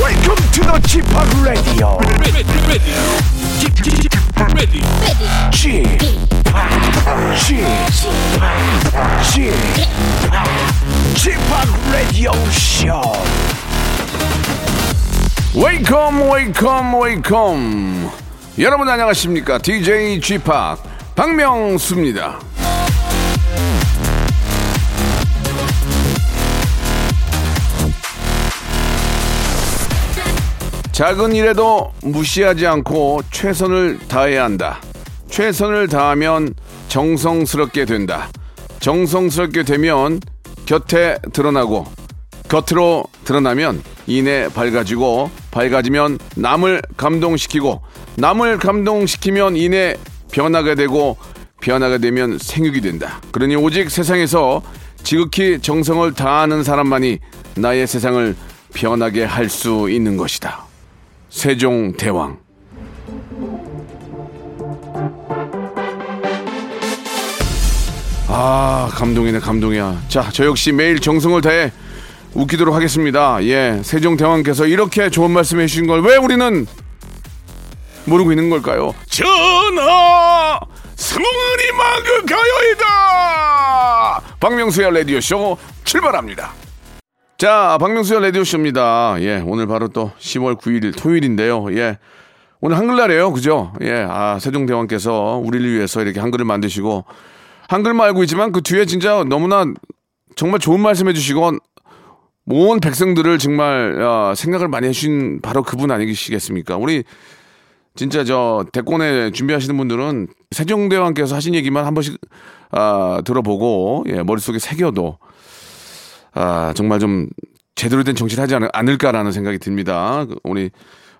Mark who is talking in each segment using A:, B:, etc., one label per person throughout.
A: welcome to the Chip Radio.
B: ready, ready, ready, ready.
A: Chip, Chip, Chip, Chip Radio Show.
C: 웨이컴 웨이컴 웨이컴 여러분 안녕하십니까 DJ g p 박명수입니다 작은 일에도 무시하지 않고 최선을 다해야 한다 최선을 다하면 정성스럽게 된다 정성스럽게 되면 곁에 드러나고 곁으로 드러나면 이내 밝아지고 밝아지면 남을 감동시키고 남을 감동시키면 이내 변하게 되고 변하게 되면 생육이 된다. 그러니 오직 세상에서 지극히 정성을 다하는 사람만이 나의 세상을 변하게 할 수 있는 것이다. 세종대왕 아 감동이네 감동이야 자 저 역시 매일 정성을 다해 웃기도록 하겠습니다 예 세종대왕께서 이렇게 좋은 말씀 해주신 걸 왜 우리는 모르고 있는 걸까요 전하 승리 마그 가요이다 박명수의 라디오쇼 출발합니다 자 박명수의 라디오쇼입니다 예 오늘 바로 또 10월 9일 토요일인데요 예 오늘 한글날이에요 그죠 예아 세종대왕께서 우리를 위해서 이렇게 한글을 만드시고 한글만 알고 있지만 그 뒤에 진짜 너무나 정말 좋은 말씀 해주시고 온 백성들을 정말 어, 생각을 많이 해주신 바로 그분 아니시겠습니까? 우리 진짜 저 대권에 준비하시는 분들은 세종대왕께서 하신 얘기만 한 번씩 아, 들어보고 예, 머릿속에 새겨도 아, 정말 좀 제대로 된 정신을 하지 않- 않을까라는 생각이 듭니다. 그 우리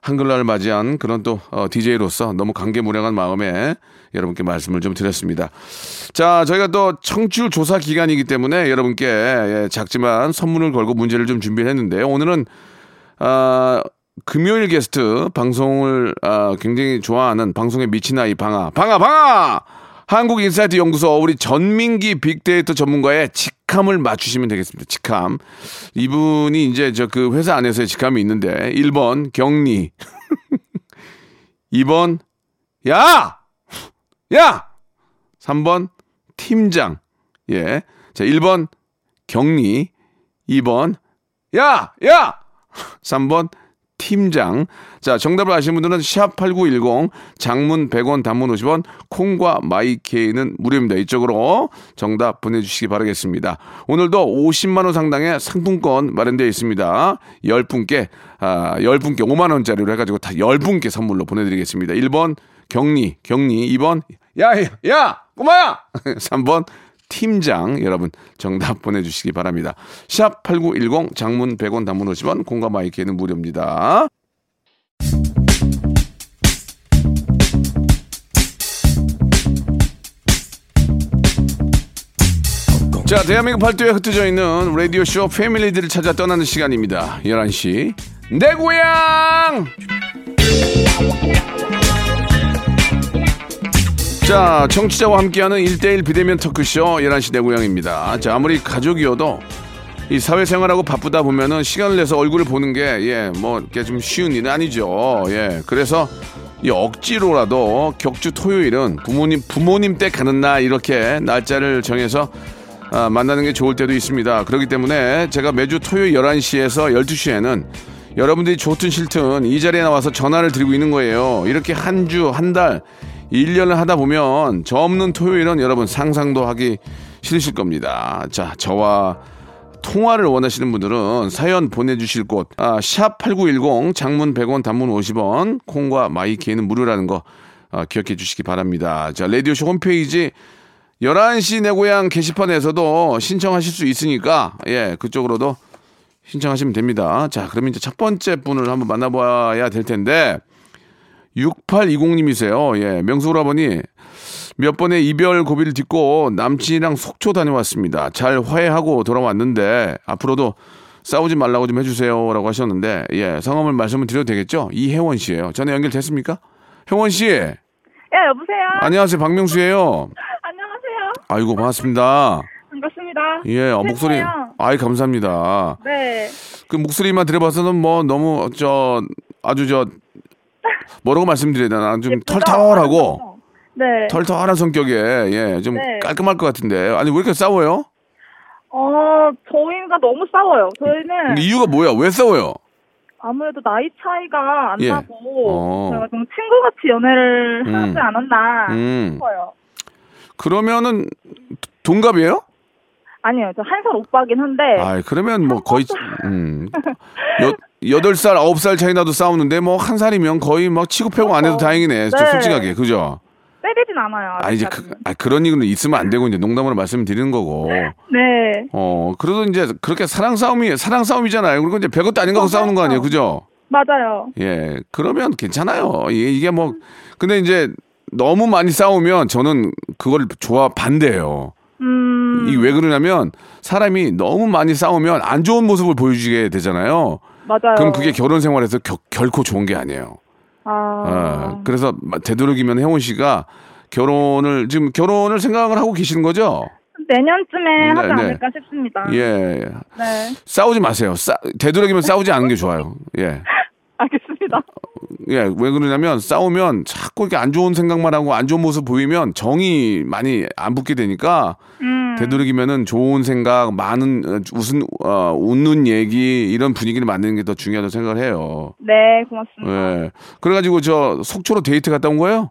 C: 한글날을 맞이한 그런 또 어, DJ로서 너무 감개무량한 마음에 여러분께 말씀을 좀 드렸습니다. 자, 저희가 또 청취율 조사 기간이기 때문에 여러분께 예, 작지만 선물을 걸고 문제를 좀 준비했는데요. 오늘은 아, 금요일 게스트 방송을 아, 굉장히 좋아하는 방송에 미친 아이 방아 방아 방아 한국 인사이트 연구소 우리 전민기 빅데이터 전문가의 직함을 맞추시면 되겠습니다. 직함 이분이 이제 저 그 회사 안에서의 직함이 있는데 1번 격리 2번 야 야! 3번 팀장. 예. 자, 1번 격리. 2번 야! 야! 3번 팀장. 자, 정답을 아시는 분들은 샵8910 장문 100원 단문 50원 콩과 마이케이는 무료입니다. 이쪽으로 정답 보내 주시기 바라겠습니다. 오늘도 50만 원 상당의 상품권 마련되어 있습니다. 10분께 아, 10분께 5만 원짜리로 해 가지고 다 10분께 선물로 보내 드리겠습니다. 1번 격리, 격리. 2번 야, 야, 야, 꼬마야. 3번 팀장 여러분 정답 보내주시기 바랍니다. 샵 8910 장문 100원 단문 50원 공과 마이크에는 무료입니다. 자 대한민국 팔도에 흩어져 있는 라디오쇼 패밀리들을 찾아 떠나는 시간입니다. 11시 내 고향 자, 청취자와 함께하는 1대1 비대면 터크쇼 11시 내 고향입니다. 자, 아무리 가족이어도 이 사회생활하고 바쁘다 보면은 시간을 내서 얼굴을 보는 게, 예, 뭐, 이게 좀 쉬운 일은 아니죠. 예, 그래서 이 억지로라도 격주 토요일은 부모님, 부모님 때 가는 날 이렇게 날짜를 정해서 아, 만나는 게 좋을 때도 있습니다. 그렇기 때문에 제가 매주 토요일 11시에서 12시에는 여러분들이 좋든 싫든 이 자리에 나와서 전화를 드리고 있는 거예요. 이렇게 한 주, 한 달, 일년을 하다 보면 저 없는 토요일은 여러분 상상도 하기 싫으실 겁니다. 자, 저와 통화를 원하시는 분들은 사연 보내주실 곳, 아, 샵8910, 장문 100원, 단문 50원, 콩과 마이키에는 무료라는 거 아, 기억해 주시기 바랍니다. 자, 라디오쇼 홈페이지 11시 내 고향 게시판에서도 신청하실 수 있으니까, 예, 그쪽으로도 신청하시면 됩니다. 자, 그럼 이제 첫 번째 분을 한번 만나봐야 될 텐데, 6820님이세요. 예, 명수 오라버니 몇 번의 이별 고비를 딛고 남친이랑 속초 다녀왔습니다. 잘 화해하고 돌아왔는데 앞으로도 싸우지 말라고 좀 해주세요라고 하셨는데 예, 성함을 말씀을 드려도 되겠죠? 이혜원 씨예요. 전에 연결됐습니까? 혜원 씨,
D: 예,
E: 야 여보세요.
C: 안녕하세요. 박명수예요.
E: 안녕하세요.
C: 아이고 반갑습니다.
E: 반갑습니다.
C: 예, 어, 목소리
E: 팬이에요.
C: 아이 감사합니다.
D: 네.
C: 그 목소리만 들어봐서는 뭐 너무 저 아주 저 뭐라고 말씀드려야 되나 좀 음, 털털하고
D: 네.
C: 털털한 성격에 예 좀
D: 네.
C: 깔끔할 것 같은데 아니 왜 이렇게 싸워요?
D: 어, 저희가 너무 싸워요. 저희는
C: 근데 음, 이유가 뭐야? 왜 싸워요?
D: 아무래도 나이 차이가 안
C: 예.
D: 나고
C: 어.
D: 제가 좀 친구같이 연애를
C: 음.
D: 하지 않았나
C: 음
D: 싶어요.
C: 그러면은 동갑이에요?
D: 아니요, 저 한 살 오빠긴 한데
C: 아이 그러면 뭐 거의 음 여, 여덟 살 아홉 살 차이 나도 싸우는데 뭐 한 살이면 거의 막 치고패고 안 해도 다행이네. 좀
D: 네.
C: 솔직하게 그죠?
D: 때리진 않아요. 그러니까.
C: 아 이제 그,
D: 아직까지는.
C: 아, 그런 이유는 있으면 안 되고 이제 농담으로 말씀드리는 거고.
D: 네,
C: 어 그래도 이제 그렇게 사랑 싸움이 사랑 싸움이잖아요. 그리고 이제 별것도 아닌 거고
D: 어,
C: 싸우는 거 아니에요, 그죠?
D: 맞아요.
C: 예 그러면 괜찮아요. 예, 이게 뭐 근데 이제 너무 많이 싸우면 저는 그걸 좋아 반대예요.
D: 음,
C: 이 왜 그러냐면 사람이 너무 많이 싸우면 안 좋은 모습을 보여주게 되잖아요.
D: 맞아요.
C: 그럼 그게 결혼 생활에서 겨- 결코 좋은 게 아니에요.
D: 아,
C: 어, 그래서 마- 되도록이면 혜원 씨가 결혼을 지금 결혼을 생각을 하고 계시는 거죠?
D: 내년쯤에 하지
C: 네, 네.
D: 않을까 싶습니다.
C: 예.
D: 네,
C: 싸우지 마세요. 싸, 되도록이면 싸우지 않는 게 좋아요. 예.
D: 알겠습니다.
C: 예. 왜 그러냐면 싸우면 자꾸 이렇게 안 좋은 생각만 하고 안 좋은 모습 보이면 정이 많이 안 붙게 되니까
D: 음,
C: 되도록이면은 좋은 생각, 많은 어, 웃은 어, 웃는 얘기 이런 분위기를 만드는 게 더 중요하다고 생각을 해요.
D: 네, 고맙습니다.
C: 예. 그래가지고 저 속초로 데이트 갔다 온 거예요?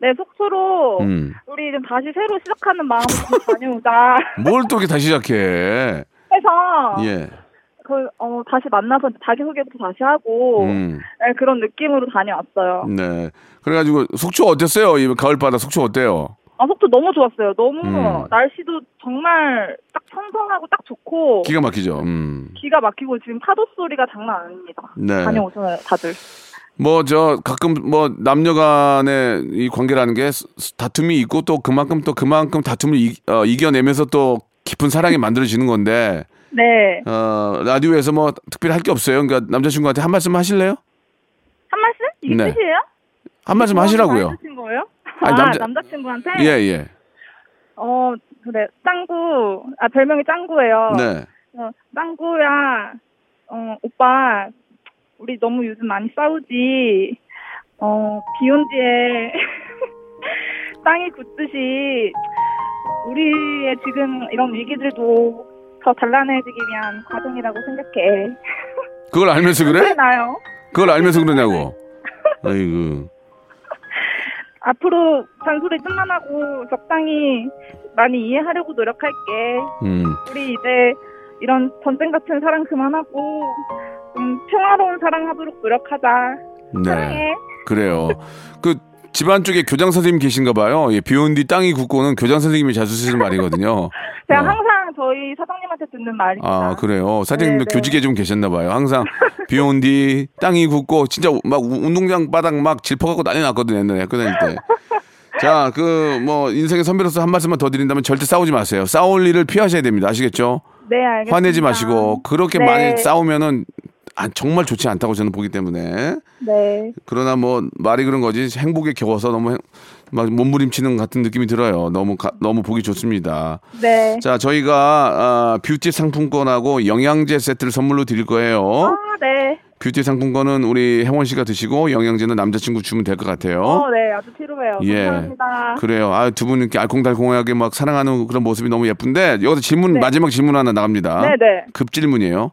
D: 네, 속초로
C: 음.
D: 우리 좀 다시 새로 시작하는 마음으로 좀 다녀오자
C: 뭘 또 이렇게 다시 시작해?
D: 해서
C: 예.
D: 그, 어, 다시 만나서 자기소개부터 다시 하고
C: 음.
D: 네, 그런 느낌으로 다녀왔어요.
C: 네. 그래가지고 속초 어땠어요? 이 가을 바다 속초 어때요?
D: 아, 속도 너무 좋았어요. 너무
C: 음.
D: 날씨도 정말 딱 청정하고 딱 좋고
C: 기가 막히죠. 음.
D: 기... 가 막히고 지금 파도 소리가 장난 아닙니다.
C: 네.
D: 다녀오잖아요, 다들.
C: 뭐 저 가끔 뭐 남녀 간의 이 관계라는 게 스- 스- 다툼이 있고 또 그만큼 또 그만큼 다툼을 이, 어, 이겨내면서 또 깊은 사랑이 만들어지는 건데
D: 네.
C: 어, 라디오에서 뭐 특별히 할 게 없어요. 그러니까 남자친구한테 한 말씀 하실래요?
D: 한 말씀? 이게
C: 네.
D: 뜻이에요?
C: 한 말씀
D: 뭐
C: 하시라고요.
D: 하신 거예요? 아,
C: 아니, 남자-
D: 남자... 친구한테
C: 예, 예.
D: 어, 그래. 짱구. 아, 별명이 짱구예요.
C: 네.
D: 어, 짱구야, 어, 오빠, 우리 너무 요즘 많이 싸우지. 어, 비온 뒤에 땅이 굳듯이 우리의 지금 이런 위기들도 더 단란해지기 위한 과정이라고 생각해.
C: 그걸 알면서 그래?
D: 나요.
C: 그걸 알면서 그러냐고. 아이고.
D: 앞으로 잔소리 좀만 하고 적당히 많이 이해하려고 노력할게.
C: 음.
D: 우리 이제 이런 전쟁 같은 사랑 그만하고 좀 평화로운 사랑하도록 노력하자.
C: 네.
D: 사랑해.
C: 그래요. 그 집안 쪽에 교장 선생님 계신가 봐요. 예, 비온 뒤 땅이 굳고는 교장 선생님이 자주 쓰시는 말이거든요.
D: 제가
C: 어.
D: 항상 저희 사장님한테 듣는 말입니다.
C: 아 그래요 사장님도
D: 네, 네.
C: 교직에 좀 계셨나 봐요 항상 비 온 뒤 땅이 굳고 진짜 막 우- 운동장 바닥 막 질퍽하고 난리 났거든요 옛날에 학교 다닐 때자 그 뭐 인생의 선배로서 한 말씀만 더 드린다면 절대 싸우지 마세요 싸울 일을 피하셔야 됩니다 아시겠죠
D: 네, 알겠습니다.
C: 화내지 마시고 그렇게
D: 네.
C: 많이 싸우면은 아, 정말 좋지 않다고 저는 보기 때문에
D: 네.
C: 그러나 뭐 말이 그런 거지 행복에 겨워서 너무 행- 막 몸부림치는 같은 느낌이 들어요 너무 가- 너무 보기 좋습니다
D: 네.
C: 자, 저희가 아, 뷰티 상품권하고 영양제 세트를 선물로 드릴 거예요.
D: 아, 네.
C: 뷰티 상품권은 우리 혜원 씨가 드시고 영양제는 남자친구 주면 될 것 같아요.
D: 어, 네. 아주 필요해요.
C: 예.
D: 감사합니다.
C: 그래요. 아, 두 분 이렇게 알콩달콩하게 막 사랑하는 그런 모습이 너무 예쁜데 여기서 질문
D: 네.
C: 마지막 질문 하나 나갑니다.
D: 네, 네.
C: 급 질문이에요.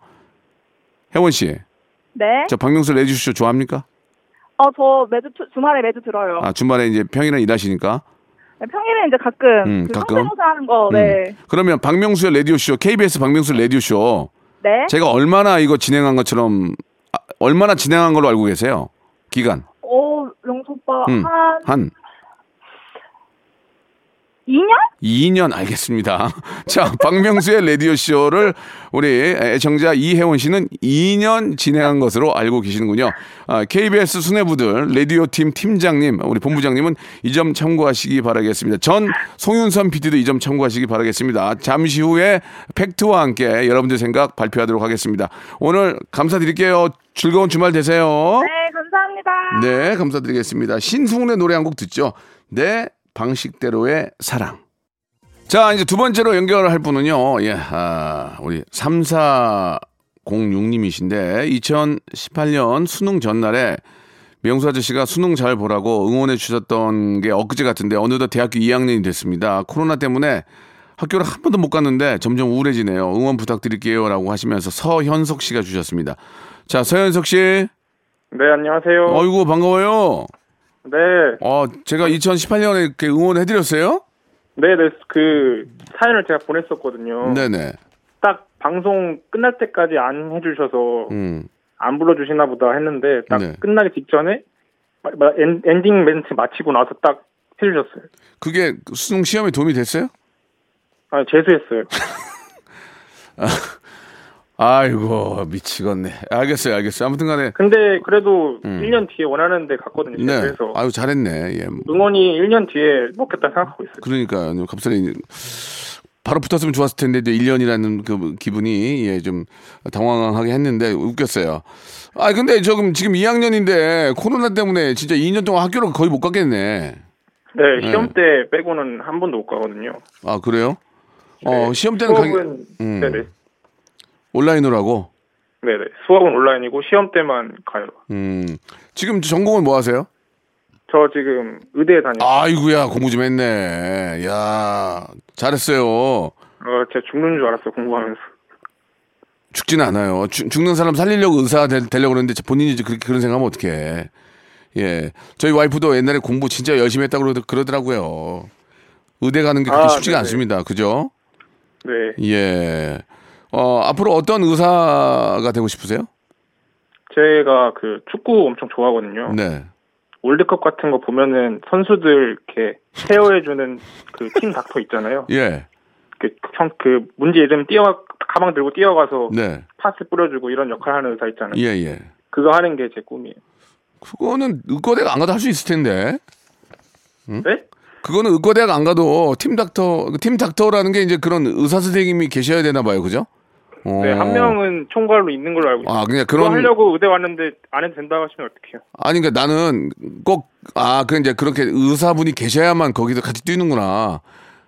C: 혜원 씨,
D: 네.
C: 저 박명수 레디쇼 좋아합니까?
D: 어, 저 매주 주, 주말에 매주 들어요.
C: 아, 주말에 이제 평일에 일하시니까.
D: 네, 평일에 이제 가끔
C: 음,
D: 그
C: 가끔.
D: 성대모사 하는 거. 네.
C: 음. 그러면 박명수의 레디오쇼, KBS 박명수 레디오쇼
D: 네.
C: 제가 얼마나 이거 진행한 것처럼 아, 얼마나 진행한 걸로 알고 계세요? 기간
D: 어, 영수 오빠
C: 음.
D: 한
C: 한
D: 2년?
C: 어? 2년 알겠습니다. 자, 박명수의 라디오 쇼를 우리 애청자 이혜원 씨는 2년 진행한 것으로 알고 계시는군요. 아, KBS 수뇌부들 라디오 팀 팀장님, 우리 본부장님은 이 점 참고하시기 바라겠습니다. 전 송윤선 PD도 이 점 참고하시기 바라겠습니다. 잠시 후에 팩트와 함께 여러분들 생각 발표하도록 하겠습니다. 오늘 감사드릴게요. 즐거운 주말 되세요.
D: 네, 감사합니다.
C: 네, 감사드리겠습니다. 신승훈의 노래 한 곡 듣죠. 내 방식대로의 사랑. 자, 이제 두 번째로 연결할 분은요, 예, 아, 우리 3406님이신데, 2018년 수능 전날에 명수 아저씨가 수능 잘 보라고 응원해 주셨던 게 엊그제 같은데, 어느덧 대학교 2학년이 됐습니다. 코로나 때문에 학교를 한 번도 못 갔는데 점점 우울해지네요. 응원 부탁드릴게요. 라고 하시면서 서현석 씨가 주셨습니다. 자, 서현석 씨.
F: 네, 안녕하세요.
C: 어이구, 반가워요.
F: 네,
C: 어, 제가 2018년에 이렇게 응원해드렸어요?
F: 네, 네, 그 사연을 제가 보냈었거든요.
C: 네네.
F: 딱 방송 끝날 때까지 안 해주셔서
C: 음.
F: 안 불러주시나 보다 했는데 딱
C: 네.
F: 끝나기 직전에 마- 마- 엔, 엔딩 멘트 마치고 나서 딱 해주셨어요.
C: 그게 수능 시험에 도움이 됐어요?
F: 아, 재수했어요.
C: 아이고 미치겠네. 알겠어요, 알겠어요. 아무튼간에
F: 근데 그래도 1년 뒤에 원하는 데 갔거든요.
C: 음. 네.
F: 그래서
C: 아유 잘했네. 예.
F: 응원이 1년 뒤에 먹겠다 생각하고 있어요.
C: 그러니까요. 갑자기 바로 붙었으면 좋았을 텐데 이제 1년이라는 그 기분이 예, 좀 당황하게 했는데 웃겼어요. 아 근데 조금 지금 2학년인데 코로나 때문에 진짜 2년 동안 학교를 거의 못 갔겠네.
F: 네, 시험 때 빼고는 한 번도 못 가거든요.
C: 아 그래요? 어
F: 네,
C: 시험 때는 강-
F: 수업은
C: 음.
F: 네네,
C: 온라인으로 하고.
F: 네네. 수업은 온라인이고 시험 때만 가요.
C: 음 지금 전공은 뭐 하세요?
F: 저 지금 의대에 다니고
C: 아이구야 공부 좀 했네. 야 잘했어요.
F: 어, 제가 죽는 줄 알았어요, 공부하면서.
C: 죽지는 않아요. 죽, 죽는 사람 살리려고 의사 되, 되려고 그러는데 본인이 이제 그렇게 그런 생각하면 어떡해. 예. 저희 와이프도 옛날에 공부 진짜 열심히 했다고 그러, 그러더라고요. 의대 가는 게 그렇게
F: 아,
C: 쉽지가
F: 네네.
C: 않습니다. 그죠?
F: 네.
C: 예. 어, 앞으로 어떤 의사가 되고 싶으세요?
F: 제가 그 축구 엄청 좋아하거든요.
C: 네.
F: 월드컵 같은 거 보면은 선수들 이렇게 케어해주는 그 팀 닥터 있잖아요.
C: 예.
F: 그, 형, 그, 문제 예전에 뛰어, 가방 들고 뛰어가서
C: 네.
F: 파스 뿌려주고 이런 역할 하는 의사 있잖아요.
C: 예, 예.
F: 그거 하는 게 제 꿈이에요.
C: 그거는 의과대학 안 가도 할 수 있을 텐데. 음?
F: 네?
C: 그거는 의과대학 안 가도 팀 닥터, 팀 닥터라는 게 이제 그런 의사 선생님이 계셔야 되나 봐요. 그죠?
F: 네,
C: 어.
F: 한 명은 총괄로 있는 걸로 알고 있어요.
C: 아, 그냥
F: 그거
C: 그런
F: 하려고 의대 왔는데 안 해도 된다고 하시면 어떡해요.
C: 아니 그러니까 나는 꼭 아 그 이제 그렇게 의사분이 계셔야만 거기서 같이 뛰는구나.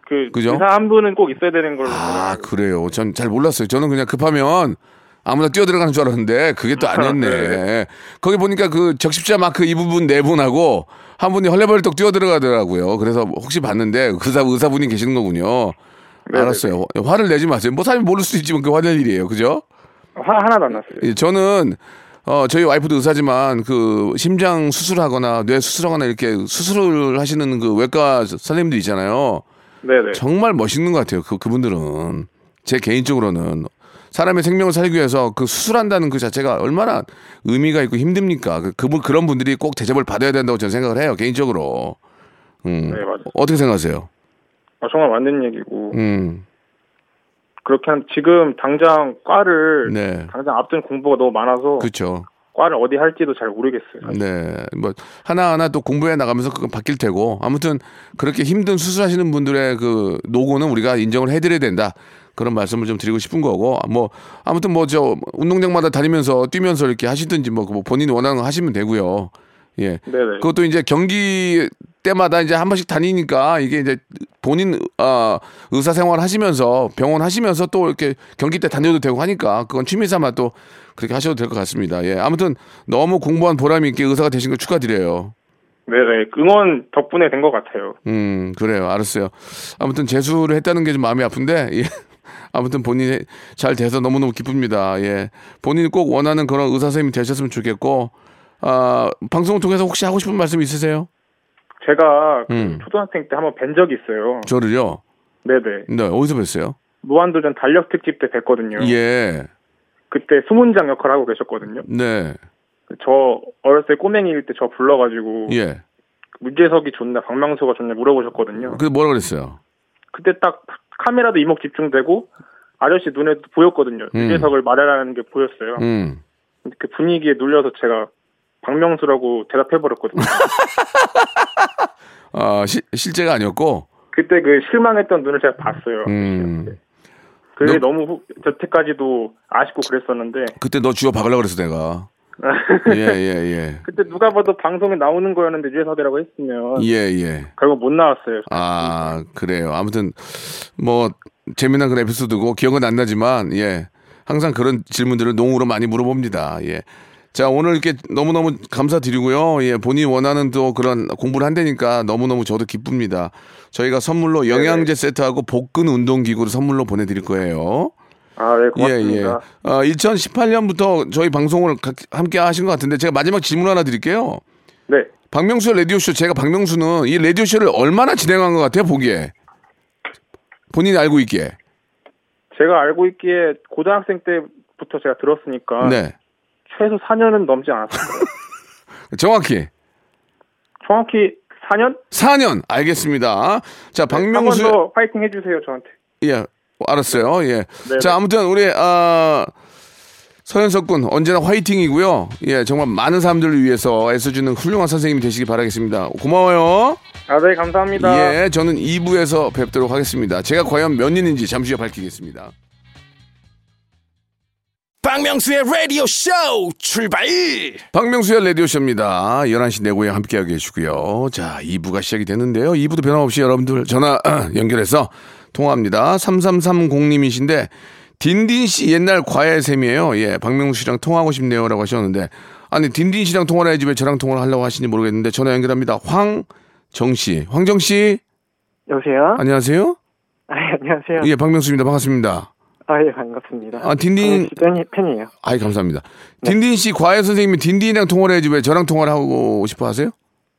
F: 그,
C: 그죠?
F: 의사 한 분은 꼭 있어야 되는 걸로.
C: 아
F: 알고 있어요.
C: 그래요. 전 잘 몰랐어요. 저는 그냥 급하면 아무나 뛰어 들어가는 줄 알았는데 그게 또 아니었네. 거기 보니까 그 적십자 마크 이 부분 네 분하고 한 분이 헐레벌떡 뛰어 들어가더라고요. 그래서 혹시 봤는데 의사 의사분이 계시는 거군요. 알았어요. 화를 내지 마세요. 뭐 사람이 모를 수도 있지만 그 화낼 일이에요. 그죠?
F: 화, 하나도 안 났어요.
C: 예, 저는 어, 저희 와이프도 의사지만 그 심장 수술하거나 뇌 수술하거나 이렇게 수술을 하시는 그 외과 선생님들 있잖아요.
F: 네네.
C: 정말 멋있는 것 같아요. 그 그분들은 제 개인적으로는 사람의 생명을 살기 위해서 그 수술한다는 그 자체가 얼마나 의미가 있고 힘듭니까? 그 그분 그런 분들이 꼭 대접을 받아야 된다고 저는 생각을 해요. 개인적으로. 음.
F: 네, 맞아요.
C: 어떻게 생각하세요?
F: 아, 정말 맞는 얘기고.
C: 음.
F: 그렇게 한 지금 당장 과를
C: 네.
F: 당장 앞둔 공부가 너무 많아서
C: 그렇죠.
F: 과를 어디 할지도 잘 모르겠어요. 사실.
C: 네, 뭐 하나하나 또 공부해 나가면서 그건 바뀔 테고 아무튼 그렇게 힘든 수술하시는 분들의 그 노고는 우리가 인정을 해드려야 된다 그런 말씀을 좀 드리고 싶은 거고 뭐 아무튼 뭐 저 운동장마다 다니면서 뛰면서 이렇게 하시든지 뭐뭐 본인 원하는 거 하시면 되고요. 예,
F: 네네.
C: 그것도 이제 경기 때마다 이제 한 번씩 다니니까 이게 이제 본인 어, 의사 생활 하시면서 병원 하시면서 또 이렇게 경기 때 다녀도 되고 하니까 그건 취미 삼아 또 그렇게 하셔도 될 것 같습니다. 예. 아무튼 너무 공부한 보람이 있게 의사가 되신 걸 축하드려요.
F: 네네. 응원 덕분에 된 것 같아요.
C: 음, 그래요. 알았어요. 아무튼 재수를 했다는 게 좀 마음이 아픈데, 예. 아무튼 본인이 잘 돼서 너무너무 기쁩니다. 예. 본인이 꼭 원하는 그런 의사 선생님이 되셨으면 좋겠고, 아, 방송을 통해서 혹시 하고 싶은 말씀 있으세요?
F: 제가 그
C: 음.
F: 초등학생 때 한번 뵌 적이 있어요.
C: 저를요?
F: 네네.
C: 네, 어디서 뵀어요?
F: 무한도전 달력 특집 때 뵀거든요.
C: 예.
F: 그때 수문장 역할 하고 계셨거든요.
C: 네.
F: 저 어렸을 때 꼬맹이일 때 저 불러가지고
C: 예.
F: 문제석이 좋나 박명수가 좋냐 물어보셨거든요.
C: 근데 뭐라 그랬어요?
F: 그때 딱 카메라도 이목 집중되고 아저씨 눈에 도 보였거든요. 문제석을 말하라는 게 보였어요.
C: 음.
F: 근데 그 분위기에 눌려서 제가 박명수라고 대답해버렸거든요.
C: 아, 시- 실제가 아니었고,
F: 그때 그 실망했던 눈을 제가 봤어요.
C: 음.
F: 그게 너무 후- 저때까지도 아쉽고 그랬었는데
C: 그때 너 쥐어 박으려고 그랬어, 내가. 예, 예,
F: 그때 누가 봐도 방송에 나오는 거였는데 유해석이라고 했으면
C: 예. 예, 예.
F: 결국 못 나왔어요.
C: 아, 그래요. 아무튼, 뭐, 재미난 그런 에피소드고, 기억은 안 나지만, 예. 항상 그런 질문들을 농으로 많이 물어봅니다. 예. 자, 오늘 이렇게 너무너무 감사드리고요. 예, 본인이 원하는 또 그런 공부를 한다니까 너무너무 저도 기쁩니다. 저희가
F: 네.
C: 선물로 영양제 세트하고 복근 운동기구를 선물로 보내드릴 거예요.
F: 아, 네,
C: 예, 예.
F: 고맙습니다.
C: 어, 2018년부터 저희 방송을 각- 함께 하신 것 같은데 제가 마지막 질문 하나 드릴게요.
F: 네.
C: 박명수의 라디오쇼 제가 박명수는 이 라디오쇼를 얼마나 진행한 것 같아요 보기에 본인이 알고 있기에
F: 제가 알고 있기에 고등학생 때부터 제가 들었으니까
C: 네
F: 최소 4년은 넘지 않았을 거예요.
C: 정확히
F: 정확히 4년?
C: 4년 알겠습니다 자 박명수
F: 네, 한번 더 파이팅 해주세요 저한테.
C: 예 알았어요
F: 네.
C: 예자 아무튼 우리 아 서현석 군 언제나 화이팅이고요 예 정말 많은 사람들을 위해서 애써주는 훌륭한 선생님이 되시기 바라겠습니다 고마워요
F: 아, 네, 감사합니다.
C: 예 저는 2부에서 뵙도록 하겠습니다 제가 과연 몇 년인지 잠시 후에 밝히겠습니다
A: 박명수의 라디오 쇼 출발
C: 박명수의 라디오쇼입니다. 11시 내고에 함께하고 계시고요. 자, 2부가 시작이 됐는데요. 2부도 변함없이 여러분들 전화 연결해서 통화합니다. 3330님이신데, 딘딘씨 옛날 과외 셈이에요. 예, 박명수 씨랑 통화하고 싶네요. 라고 하셨는데, 아니, 딘딘 씨랑 통화를 해야지 왜 저랑 통화를 하려고 하시는지 모르겠는데, 전화 연결합니다. 황정씨. 황정씨,
G: 여보세요?
C: 안녕하세요?
G: 아, 예, 안녕하세요.
C: 예, 박명수입니다. 반갑습니다.
G: 아, 예, 반갑습니다.
C: 아, 딘딘.
G: 아, 팬이, 팬이에요.
C: 아이, 감사합니다.
G: 네.
C: 딘딘 씨 과외 선생님이 딘딘이랑 통화를 해야지 왜 저랑 통화를 하고 싶어 하세요?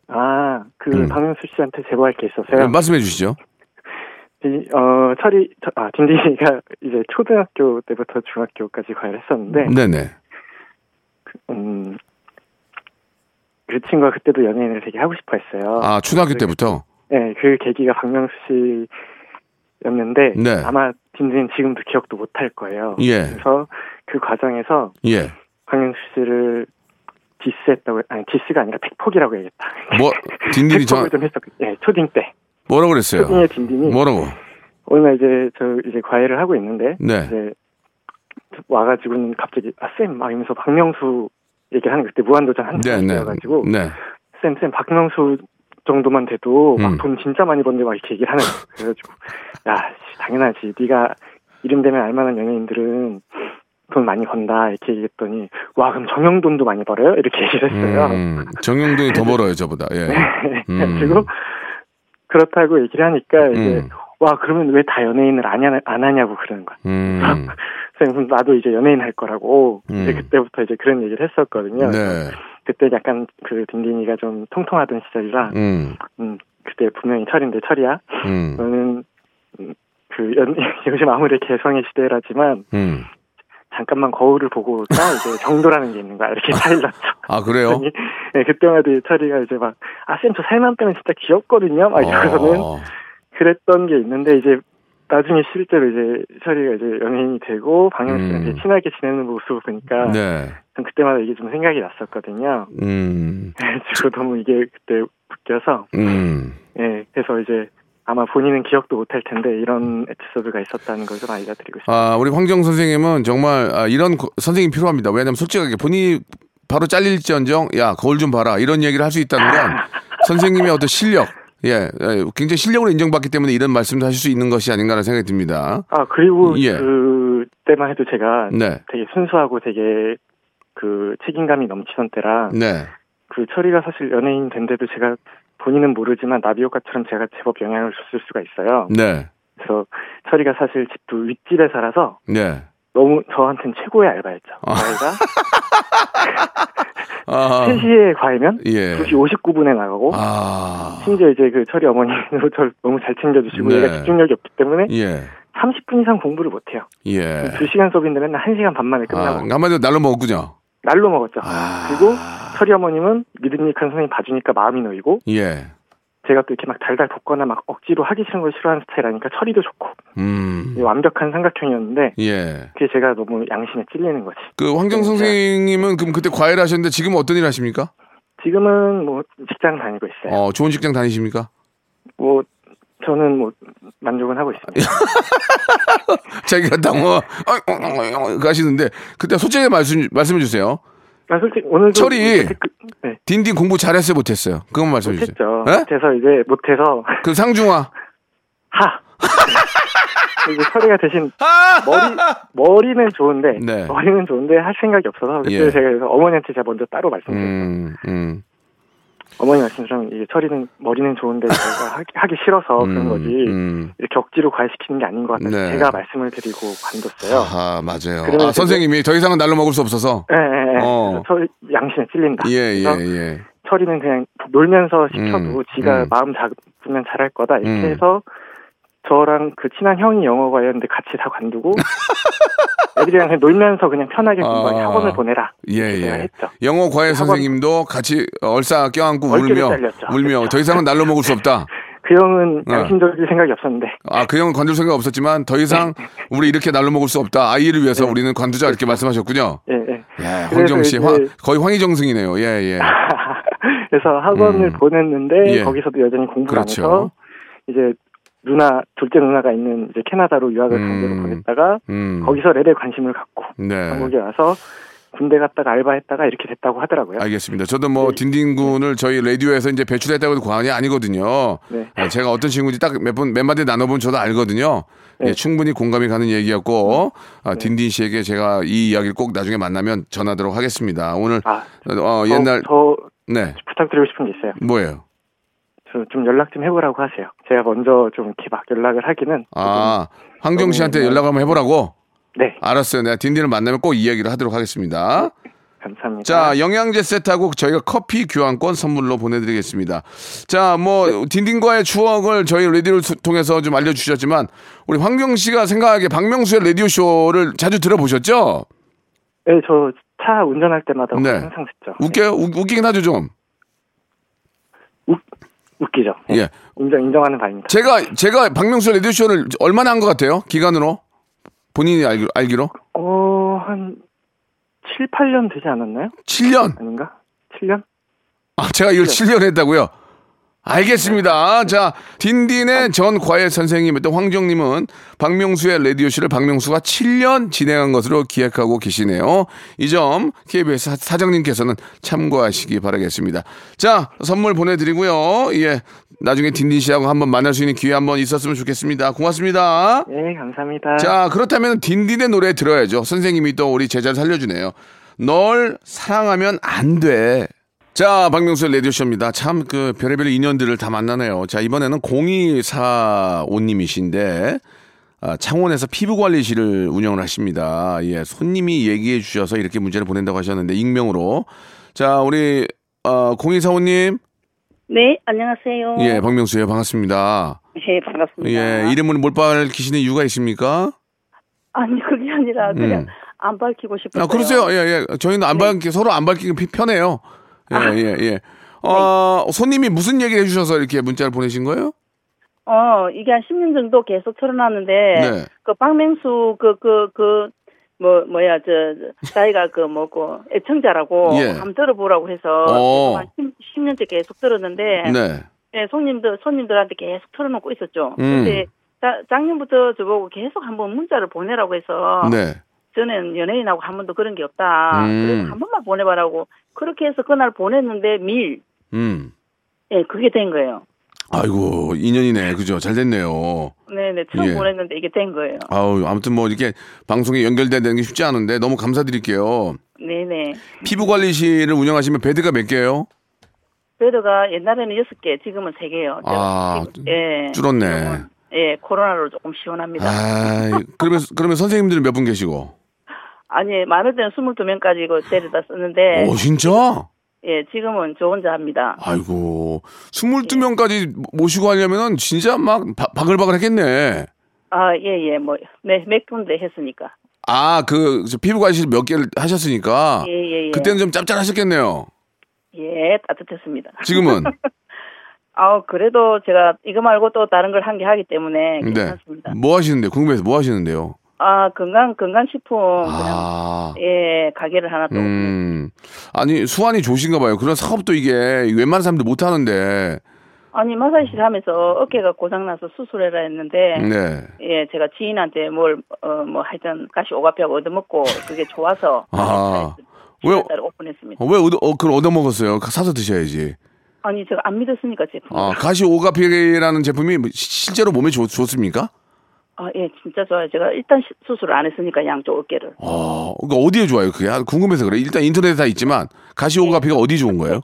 G: 아, 그,
C: 음.
G: 박명수 씨한테 제보할 게
C: 예,
G: 있어서요.
C: 말씀해 주시죠.
G: 디, 어, 철이, 철- 아, 딘딘이가 이제 초등학교 때부터 중학교까지 과외를 했었는데,
C: 네네.
G: 음, 그 친구가 그때도 연예인을 되게 하고 싶어 했어요.
C: 아, 초등학교 때부터?
G: 네, 그 계기가 박명수 씨였는데,
C: 네.
G: 아마 딘딘 지금도 기억도 못 할 거예요.
C: 예.
G: 그래서 그 과정에서
C: 예.
G: 박명수 씨를 디스했다고, 아니, 디스가 아니라 팩폭이라고 얘기했다.
C: 뭐, 딘딘이 저,
G: 팩폭을 좀 했었, 예, 초딩 때.
C: 뭐라고 그랬어요?
G: 초딩의 딘딘이
C: 뭐라고?
G: 오늘 이제 저 이제 과외를 하고 있는데
C: 네.
G: 이제 와가지고는 갑자기 아쌤막 이러면서 박명수 얘기하는 그때 무한도전 한창
C: 네네.
G: 이어가지고
C: 네.
G: 쌤 쌤 박명수 정도만 돼도
C: 음.
G: 막 돈 진짜 많이 번데 막 이렇게 얘기를 하는 거예요. 그래가지고 야 씨, 당연하지 네가 이름 되면 알만한 연예인들은 돈 많이 번다 이렇게 얘기했더니 와 그럼 정영돈도 많이 벌어요 이렇게 얘기를 했어요. 네.
C: 음, 정영돈이 더 벌어요, 저보다. 예. 음.
G: 그리고 그렇다고 얘기를 하니까 이제
C: 음.
G: 와 그러면 왜 다 연예인을 안, 하냐, 안 하냐고 그러는 거야.
C: 음.
G: 선생님 그럼 나도 이제 연예인 할 거라고
C: 음.
G: 이제 그때부터 이제 그런 얘기를 했었거든요.
C: 네.
G: 그때 약간 그 딘딘이가 좀 통통하던 시절이라
C: 음.
G: 음, 그때 분명히 철인데 철이야.
C: 음.
G: 너는 음, 그 연, 요즘 아무리 개성의 시대라지만
C: 음.
G: 잠깐만 거울을 보고 올까 이제 정도라는 게 있는 거야 이렇게 차일렀죠.
C: 아, 그래요?
G: 아니, 예, 그때만 해도 철이가 이제 막, 아, 쌤, 저 살만 빼면 진짜 귀엽거든요? 막 이러고는
C: 어.
G: 그랬던 게 있는데, 이제 나중에 실제로 이제 철이가 이제 연예인이 되고, 박영수 씨랑
C: 음.
G: 되게 친하게 지내는 모습을 보니까,
C: 네.
G: 전 그때마다 이게 좀 생각이 났었거든요.
C: 음.
G: 그래서 너무 이게 그때 웃겨서,
C: 음.
G: 예, 그래서 이제 아마 본인은 기억도 못할 텐데, 이런 에피소드가 있었다는 걸 좀 알려드리고 싶어요.
C: 아, 우리 황정 선생님은 정말 아, 이런 고- 선생님 필요합니다. 왜냐면 솔직하게 본인이 바로 잘릴지언정, 야, 거울 좀 봐라. 이런 얘기를 할 수 있다는 건 선생님의 어떤 실력, 예, 예, 굉장히 실력으로 인정받기 때문에 이런 말씀도 하실 수 있는 것이 아닌가라는 생각이 듭니다.
G: 아, 그리고
C: 예.
G: 그때만 해도 제가
C: 네.
G: 되게 순수하고 되게 그 책임감이 넘치던 때라,
C: 네.
G: 그 철이가 사실 연예인 된데도 제가 본인은 모르지만 나비효과처럼 제가 제법 영향을 줬을 수가 있어요.
C: 네.
G: 그래서 철이가 사실 집도 윗집에 살아서
C: 네.
G: 너무 저한텐 최고의 알바였죠. 과외가
C: 아.
G: 3시에 과외면
C: 예.
G: 2시 59분에 나가고
C: 아.
G: 심지어 이제 그 철이 어머니도 저를 너무 잘 챙겨주시고
C: 네.
G: 얘가 집중력이 없기 때문에
C: 예.
G: 30분 이상 공부를 못해요.
C: 예.
G: 두 2시간 수업인데 맨날 1시간 반 만에
C: 아,
G: 끝나고
C: 한마디로 날로 먹었군요.
G: 날로 먹었죠.
C: 아.
G: 그리고 철이 어머님은 믿음직한 선생님 봐주니까 마음이 놓이고
C: 예.
G: 제가 또 이렇게 막 달달 볶거나 막 억지로 하기 싫은 걸 싫어하는 스타일이니까 철이도 좋고
C: 음.
G: 이 완벽한 삼각형이었는데
C: 예.
G: 그게 제가 너무 양심에 찔리는 거지.
C: 그 황정 선생님은 그럼 그때 과외를 하셨는데 지금 어떤 일 하십니까?
G: 지금은 뭐 직장 다니고 있어요.
C: 어, 좋은 직장 다니십니까?
G: 뭐 저는 뭐 만족은 하고 있습니다.
C: 뭐, 어, 자기가 당황, 아, 어, 어, 어, 어, 그 하시는데 그때 솔직하게 말씀 말씀해 주세요.
G: 아, 솔직히 오늘도
C: 철이
G: 그- 네,
C: 딘딘 공부 잘했어요 못했어요? 그건 말씀해 주세요.
G: 못했죠.
C: 예?
G: 못해서 이제 못해서
C: 그 상중화.
G: 하. 이제 서리가 대신
C: 아!
G: 머리 머리는 좋은데
C: 네.
G: 머리는 좋은데 할 생각이 없어서 그때
C: 예.
G: 제가 그래서 어머니한테 제가 먼저 따로 말씀드렸어요.
C: 음, 음.
G: 어머니 말씀처럼 이게 철이는 머리는 좋은데 제가 하기, 하기 싫어서 그런
C: 음,
G: 거지
C: 음.
G: 이렇게 억지로 과외시키는 게 아닌 것 같아서
C: 네.
G: 제가 말씀을 드리고 관뒀어요.
C: 아, 맞아요.
G: 그러면
C: 아,
G: 이제-
C: 선생님이 더 이상은 날로 먹을 수 없어서.
G: 예, 예, 예.
C: 어.
G: 그래서 철 양심에 찔린다.
C: 예, 예,
G: 그래서
C: 예.
G: 철이는 그냥 놀면서 시켜도
C: 음,
G: 지가
C: 음.
G: 마음 잡으면 잘할 거다 이렇게
C: 음.
G: 해서 저랑 그 친한 형이 영어 과였는데 같이 다 관두고 애들이랑 그냥 놀면서 그냥 편하게 공부하게
C: 아.
G: 학원을 보내라
C: 예,
G: 제가
C: 예.
G: 했죠.
C: 영어 과외
G: 학원-
C: 선생님도 같이 얼싸 껴안고
G: 얼굴이
C: 울며,
G: 잘렸죠.
C: 울며, 더 이상은 날로 먹을 수 없다.
G: 그 형은
C: 어.
G: 양심적일 생각이 없었는데
C: 아, 그 형은 관둘 생각 없었지만 더 이상 우리 이렇게 날로 먹을 수 없다. 아이를 위해서
G: 네.
C: 우리는 관두자 이렇게 말씀하셨군요.
G: 예, 예.
C: 예,
G: 그래서
C: 황정 씨,
G: 이제- 아,
C: 황- 거의 황희정승이네요. 예, 예.
G: 그래서 학원을
C: 음.
G: 보냈는데
C: 예.
G: 거기서도 여전히 공부를
C: 그렇죠.
G: 안 해서 이제 누나 둘째 누나가 있는 이제 캐나다로 유학을 강제로
C: 음.
G: 보냈다가
C: 음.
G: 거기서 렐에 관심을 갖고
C: 네.
G: 한국에 와서 군대 갔다가 알바했다가 이렇게 됐다고 하더라고요.
C: 알겠습니다. 저도
G: 예.
C: 뭐 딘딘군을 저희 라디오에서 이제 배출했다고 해도 과언이 아니거든요.
G: 네.
C: 예, 제가 어떤 친구인지 딱 몇 번 몇 마디 나눠본 저도 알거든요. 예,
G: 네.
C: 충분히 공감이 가는 얘기였고 아, 딘딘 씨에게 제가 이 이야기를 꼭 나중에 만나면 전하도록 하겠습니다. 오늘
G: 아,
C: 어,
G: 저-
C: 옛날
G: 저
C: 네
G: 부탁드리고 싶은 게 있어요.
C: 뭐예요?
G: 저 좀 연락 좀 해보라고 하세요. 제가 먼저 좀 이렇게 막 연락을 하기는
C: 아 황경
G: 너무
C: 씨한테
G: 옛날-
C: 연락 한번 해보라고.
G: 네
C: 알았어요. 내가 딘딘을 만나면 꼭 이야기를 하도록 하겠습니다.
G: 감사합니다.
C: 자, 영양제 세트하고 저희가 커피 교환권 선물로 보내드리겠습니다. 자, 뭐, 딘딘과의 추억을 저희 라디오를 수- 통해서 좀 알려주셨지만, 우리 황경 씨가 생각하기에 박명수의 라디오쇼를 자주 들어보셨죠?
G: 네, 저 차 운전할 때마다
C: 네.
G: 항상 듣죠.
C: 웃겨요? 웃- 웃기긴 하죠, 좀.
G: 웃기죠. 네.
C: 예.
G: 인정 인정하는 바입니다.
C: 제가, 제가 박명수의 라디오쇼를 얼마나 한 것 같아요? 기간으로? 본인이 알기로? 알기로?
G: 어, 한 7, 8년 되지 않았나요?
C: 7년?
G: 아닌가? 7년?
C: 아, 제가 이걸 7년 했다고요? 알겠습니다. 자, 딘딘의 전 과외 선생님, 또 황정님은 박명수의 라디오쇼를 박명수가 7년 진행한 것으로 기획하고 계시네요. 이 점 KBS 사- 사장님께서는 참고하시기 바라겠습니다. 자, 선물 보내드리고요. 예, 나중에 딘딘 씨하고 한번 만날 수 있는 기회 한번 있었으면 좋겠습니다. 고맙습니다.
G: 예, 감사합니다.
D: 네.
C: 자, 그렇다면 딘딘의 노래 들어야죠. 선생님이 또 우리 제자를 살려주네요. 널 사랑하면 안 돼. 자, 박명수의 라디오쇼입니다. 참, 그, 별의별 인연들을 다 만나네요. 자, 이번에는 0245님이신데, 아, 창원에서 피부관리실을 운영을 하십니다. 예, 손님이 얘기해 주셔서 이렇게 문제를 보낸다고 하셨는데, 익명으로. 자, 우리, 어, 0245님.
D: 네, 안녕하세요.
C: 예, 박명수예요 반갑습니다.
D: 네, 반갑습니다.
C: 예, 이름을 못 밝히시는 이유가 있습니까?
D: 아니, 그게 아니라 그냥
C: 음.
D: 안 밝히고 싶어요.
C: 아, 그러세요. 예, 예. 저희는 안 밝기, 서로 안 밝기가 피- 편해요. 예, 예, 예. 어, 손님이 무슨 얘기를 해주셔서 이렇게 문자를 보내신 거예요?
D: 어, 이게 한 10년 정도 계속 틀어놨는데
C: 네.
D: 그 박명수 그 그 그 뭐 뭐야 저, 저 자기가 그 뭐고 애청자라고
C: 예.
D: 한번 들어보라고 해서
C: 어.
D: 계속 한 10, 년째 계속 들었는데
C: 네.
D: 네, 손님들 손님들한테 계속 틀어놓고 있었죠.
C: 음.
D: 근데 자- 작년부터 저보고 계속 한번 문자를 보내라고 해서
C: 네.
D: 저는 연예인하고 한 번도 그런 게 없다.
C: 음.
D: 그래서 한 번만 보내봐라고. 그렇게 해서 그날 보냈는데 밀.
C: 음.
D: 예, 그게 된 거예요.
C: 아이고, 인연이네. 그죠? 잘 됐네요.
D: 네네. 처음
C: 예.
D: 보냈는데 이게 된 거예요.
C: 아우, 아무튼 뭐 이렇게 방송에 연결된다는 게 쉽지 않은데 너무 감사드릴게요.
D: 네네.
C: 피부관리실을 운영하시면 베드가 몇 개예요?
D: 베드가 옛날에는 여섯 개, 지금은 세 개요.
C: 아,
D: 예.
C: 줄었네.
D: 예, 코로나로 조금 시원합니다.
C: 아, 그러면, 그러면 선생님들은 몇 분 계시고?
D: 아니, 많을 때는 22명까지 이거 데려다 썼는데,
C: 오, 진짜?
D: 예, 지금은 저 혼자 합니다.
C: 아이고, 22명까지 모시고 하려면은 진짜 막 바- 바글바글 했겠네.
D: 아, 예, 예, 뭐, 네, 몇 군데 했으니까.
C: 아, 그, 저 피부 관실 몇 개를 하셨으니까.
D: 예, 예, 예.
C: 아, 그때는 좀 짭짤하셨겠네요.
D: 예, 따뜻했습니다.
C: 지금은.
D: 아우, 그래도 제가 이거 말고 또 다른 걸 한 개 하기 때문에 괜찮습니다.
C: 뭐 하시는데, 궁금해서 뭐 하시는데요?
D: 아 건강 건강식품 그냥
C: 아,
D: 예 가게를 하나 또
C: 음. 아니, 수완이 좋으신가 봐요. 그런 사업도 이게 웬만한 사람들 못 하는데.
D: 아니 마사지실 하면서 어깨가 고장나서 수술해라 했는데
C: 네.
D: 예 제가 지인한테 뭘 어 뭐 하여튼 가시 오가피하고 얻어먹고 그게 좋아서
C: 아. 왜-
D: 지난달에 오픈했습니다.
C: 어, 왜 얻어, 어, 그걸 얻어먹었어요? 사서 드셔야지.
D: 아니 제가 안 믿었으니까 제품.
C: 아, 가시 오가피라는 제품이 뭐 시- 실제로 몸에 좋, 좋습니까?
D: 아 예 진짜 좋아요. 제가 일단 시- 수술을 안 했으니까 양쪽 어깨를.
C: 어, 그러니까 어디에 좋아요? 그게 아, 궁금해서 그래. 일단 인터넷에 다 있지만 가시 오가피가 어디 좋은 거예요?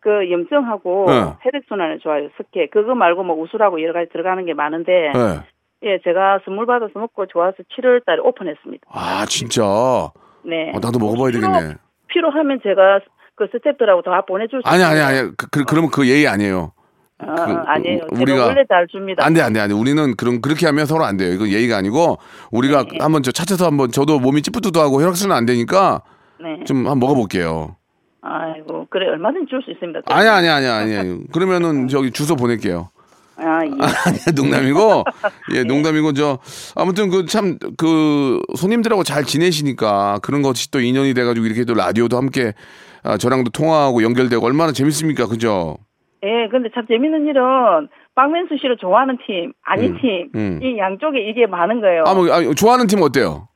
D: 그 염증하고
C: 네.
D: 혈액 순환에 좋아요. 석회 그거 말고 뭐 우술하고 여러 가지 들어가는 게 많은데
C: 예.
D: 예 제가 선물 받아서 먹고 좋아서 7월달에 오픈했습니다.
C: 아, 진짜. 어,
D: 네.
C: 나도 먹어봐야 되겠네.
D: 필요, 하면 제가 그 스태프들하고 다 보내줄 수.
C: 아니,
D: 있어요.
C: 아니, 아니. 그, 그, 그러면 그 예의 아니에요.
D: 아,
C: 그-
D: 아니에요.
C: 우리가-
D: 제가 원래 잘 줍니다.
C: 안 돼, 안 돼, 안 돼. 우리는 그런 그렇게 하면 서로 안 돼요. 이건 예의가 아니고 우리가 한번 저 찾아서 한번 저도 몸이 찌뿌드하고 혈액순환 안 되니까
D: 네.
C: 좀 한번 먹어볼게요.
D: 아이고 그래 얼마든지 줄 수 있습니다.
C: 아니, 아니, 아니, 아니. 그러면은 저기 주소 보낼게요.
D: 아, 예.
C: 아니, 농담이고 예, 농담이고 저 아무튼 그 참 그 손님들하고 잘 지내시니까 그런 것이 또 인연이 돼가지고 이렇게 또 라디오도 함께 아, 저랑도 통화하고 연결되고 얼마나 재밌습니까, 그죠?
D: 예, 근데 참 재밌는 일은 박민수 씨를 좋아하는 팀, 아닌 팀,
C: 음.
D: 이 양쪽에 이게 많은 거예요.
C: 아, 뭐 아, 좋아하는 팀 어때요?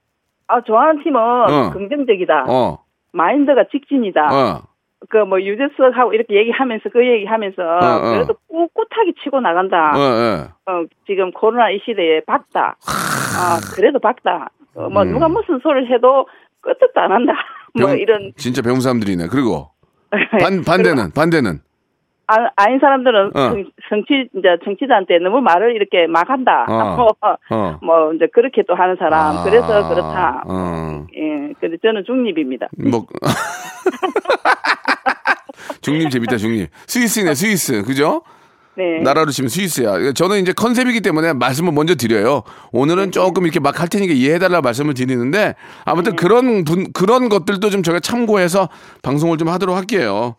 D: 아, 좋아하는 팀은 긍정적이다.
C: 어,
D: 마인드가 직진이다.
C: 어,
D: 그 뭐 유재석하고 이렇게 얘기하면서 그 얘기하면서
C: 어.
D: 그래도 꿋꿋하게 치고
C: 어,
D: 나간다.
C: 어.
D: 어, 지금 코로나 이 시대에 박다. 아, 그래도 박다. 어,
C: 음.
D: 뭐 누가 무슨 소리를 해도 끄떡도 안 한다. 뭐
C: 배운-
D: 이런
C: 진짜 배운 사람들이네. 그리고 반 반대는 반대는
D: 아, 아닌 사람들은
C: 어.
D: 정- 정치 이제 정치자한테 너무 말을 이렇게 막 한다.
C: 어.
D: 뭐,
C: 어.
D: 뭐 이제 그렇게 또 하는 사람.
C: 아,
D: 그래서 그렇다.
C: 어.
D: 예, 근데 저는 중립입니다.
C: 뭐 중립 재밌다 중립 스위스네 스위스 그죠?
D: 네.
C: 나라로 치면 스위스야. 저는 이제 컨셉이기 때문에 말씀을 먼저 드려요.
D: 네.
C: 오늘은 조금 이렇게 막 할 테니까 이해해달라 말씀을 드리는데
D: 음.
C: 아무튼 그런 분 그런 것들도 좀 저희가 참고해서 방송을 좀 하도록 할게요.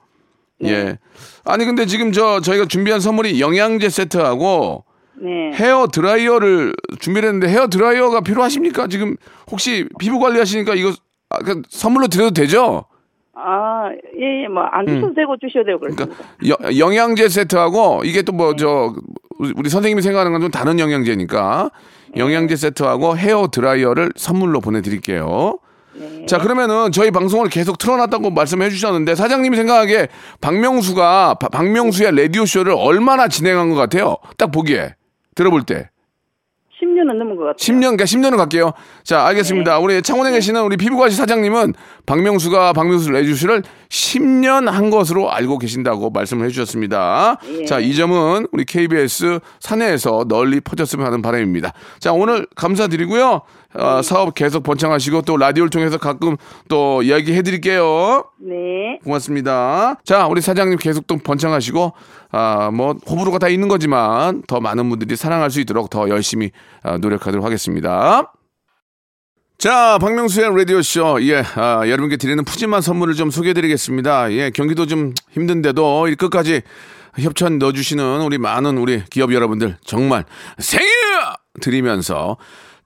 D: 네.
C: 예. 아니 근데 지금 저 저희가 준비한 선물이 영양제 세트하고
D: 네.
C: 헤어 드라이어를 준비했는데 헤어 드라이어가 필요하십니까? 지금 혹시 피부 관리하시니까 이거 아, 그 선물로 드려도 되죠?
D: 아, 예, 예, 뭐, 안 주셔도 되고 주셔도 되고 그렇습니다.
C: 음. 그러니까 여- 영양제 세트하고 이게 또 뭐 저 우리 선생님이 생각하는 건 좀 다른 영양제니까 영양제 세트하고 헤어 드라이어를 선물로 보내드릴게요. 자 그러면은 저희 방송을 계속 틀어놨다고 말씀해 주셨는데 사장님이 생각하기에 박명수가 바- 박명수의 라디오 쇼를 얼마나 진행한 것 같아요? 딱 보기에 들어볼 때
D: 10년은 넘은 것 같아요. 네.
C: 10년 그러니까 10년을 갈게요. 자 알겠습니다. 우리 창원에 계시는 우리 피부과시 사장님은 박명수가 박명수 레디오 쇼를 10년 한 것으로 알고 계신다고 말씀을 해주셨습니다.
D: 예.
C: 자 이 점은 우리 KBS 사내에서 널리 퍼졌으면 하는 바람입니다. 자 오늘 감사드리고요. 어, 사업 계속 번창하시고 또 라디오를 통해서 가끔 또 이야기 해드릴게요.
D: 네.
C: 고맙습니다. 자, 우리 사장님 계속 또 번창하시고, 아, 뭐, 호불호가 다 있는 거지만, 더 많은 분들이 사랑할 수 있도록 더 열심히 아, 노력하도록 하겠습니다. 자, 박명수의 라디오쇼. 예, 아, 여러분께 드리는 푸짐한 선물을 좀 소개해드리겠습니다. 예, 경기도 좀 힘든데도 이 끝까지 협찬 넣어주시는 우리 많은 우리 기업 여러분들 정말 생일! 드리면서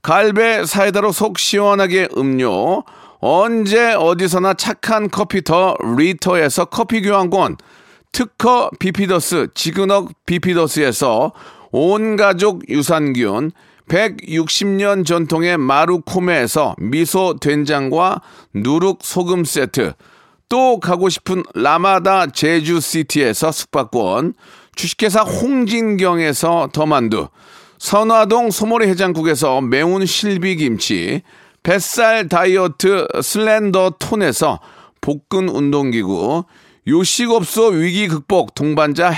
C: 갈배 사이다로 속 시원하게 음료, 언제 어디서나 착한 커피 더 리터에서 커피 교환권, 특허 비피더스 지그넉 비피더스에서 온 가족 유산균 160년 전통의 마루코메에서 미소 된장과 누룩 소금 세트 또 가고 싶은 라마다 제주시티에서 숙박권 주식회사 홍진경에서 더만두 선화동 소머리 해장국에서 매운 실비김치, 뱃살 다이어트 슬렌더 톤에서 복근 운동기구, 요식업소 위기 극복 동반자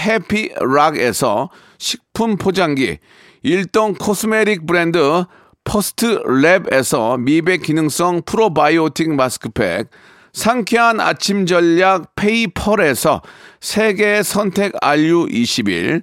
C: 해피락에서 식품 포장기, 일동 코스메릭 브랜드 퍼스트 랩에서 미백 기능성 프로바이오틱 마스크팩, 상쾌한 아침 전략 페이펄에서 세계 선택 알류 20일,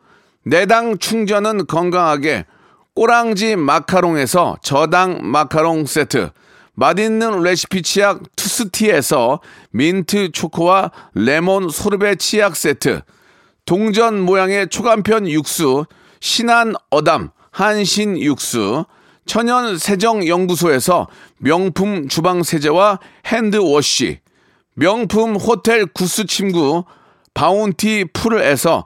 C: 내당 충전은 건강하게 꼬랑지 마카롱에서 저당 마카롱 세트 맛있는 레시피 치약 투스티에서 민트 초코와 레몬 소르베 치약 세트 동전 모양의 초간편 육수 신한 어담 한신 육수 천연 세정 연구소에서 명품 주방 세제와 핸드워시 명품 호텔 구스 침구 바운티 풀에서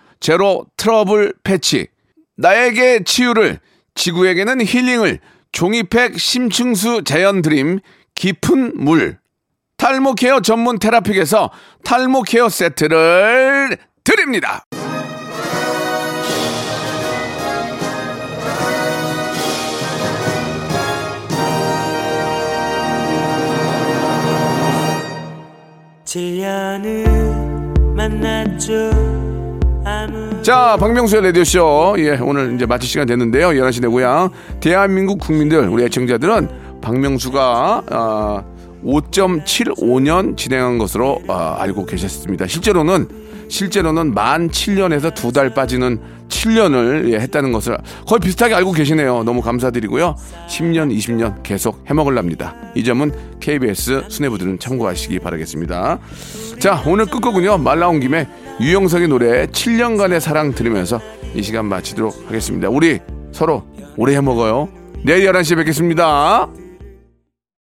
C: 제로 트러블 패치 나에게 치유를 지구에게는 힐링을 종이팩 심층수 자연 드림 깊은 물 탈모 케어 전문 테라픽에서 탈모 케어 세트를 드립니다. 자, 박명수의 라디오쇼. 예, 오늘 이제 마칠 시간 됐는데요. 11시 내고향. 대한민국 국민들, 우리 애청자들은 박명수가, 아, 5.75년 진행한 것으로 아, 알고 계셨습니다. 실제로는, 실제로는 만 7년에서 두 달 빠지는 7년을 예, 했다는 것을 거의 비슷하게 알고 계시네요. 너무 감사드리고요. 10년, 20년 계속 해먹을랍니다. 이 점은 KBS 수뇌부들은 참고하시기 바라겠습니다. 자, 오늘 끝곡은요. 말 나온 김에 유영석의 노래 7년간의 사랑 들으면서 이 시간 마치도록 하겠습니다. 우리 서로 오래 해먹어요. 내일 11시에 뵙겠습니다.